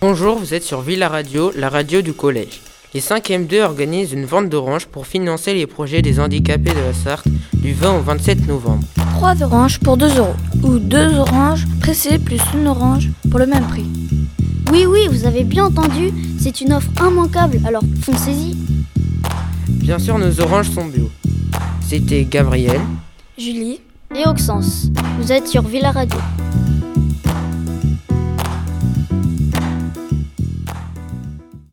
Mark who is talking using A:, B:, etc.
A: Bonjour, vous êtes sur Villa Radio, la radio du collège. Les 5e 2 organisent une vente d'oranges pour financer les projets des handicapés de la Sarthe du 20 au 27 novembre.
B: 3 oranges pour 2 euros. Ou 2 oranges pressées plus une orange pour le même prix.
C: Oui, oui, vous avez bien entendu, c'est une offre immanquable, alors foncez-y.
A: Bien sûr, nos oranges sont bio. C'était Gabriel,
B: Julie
C: Et Auxence, vous êtes sur Villa Radio.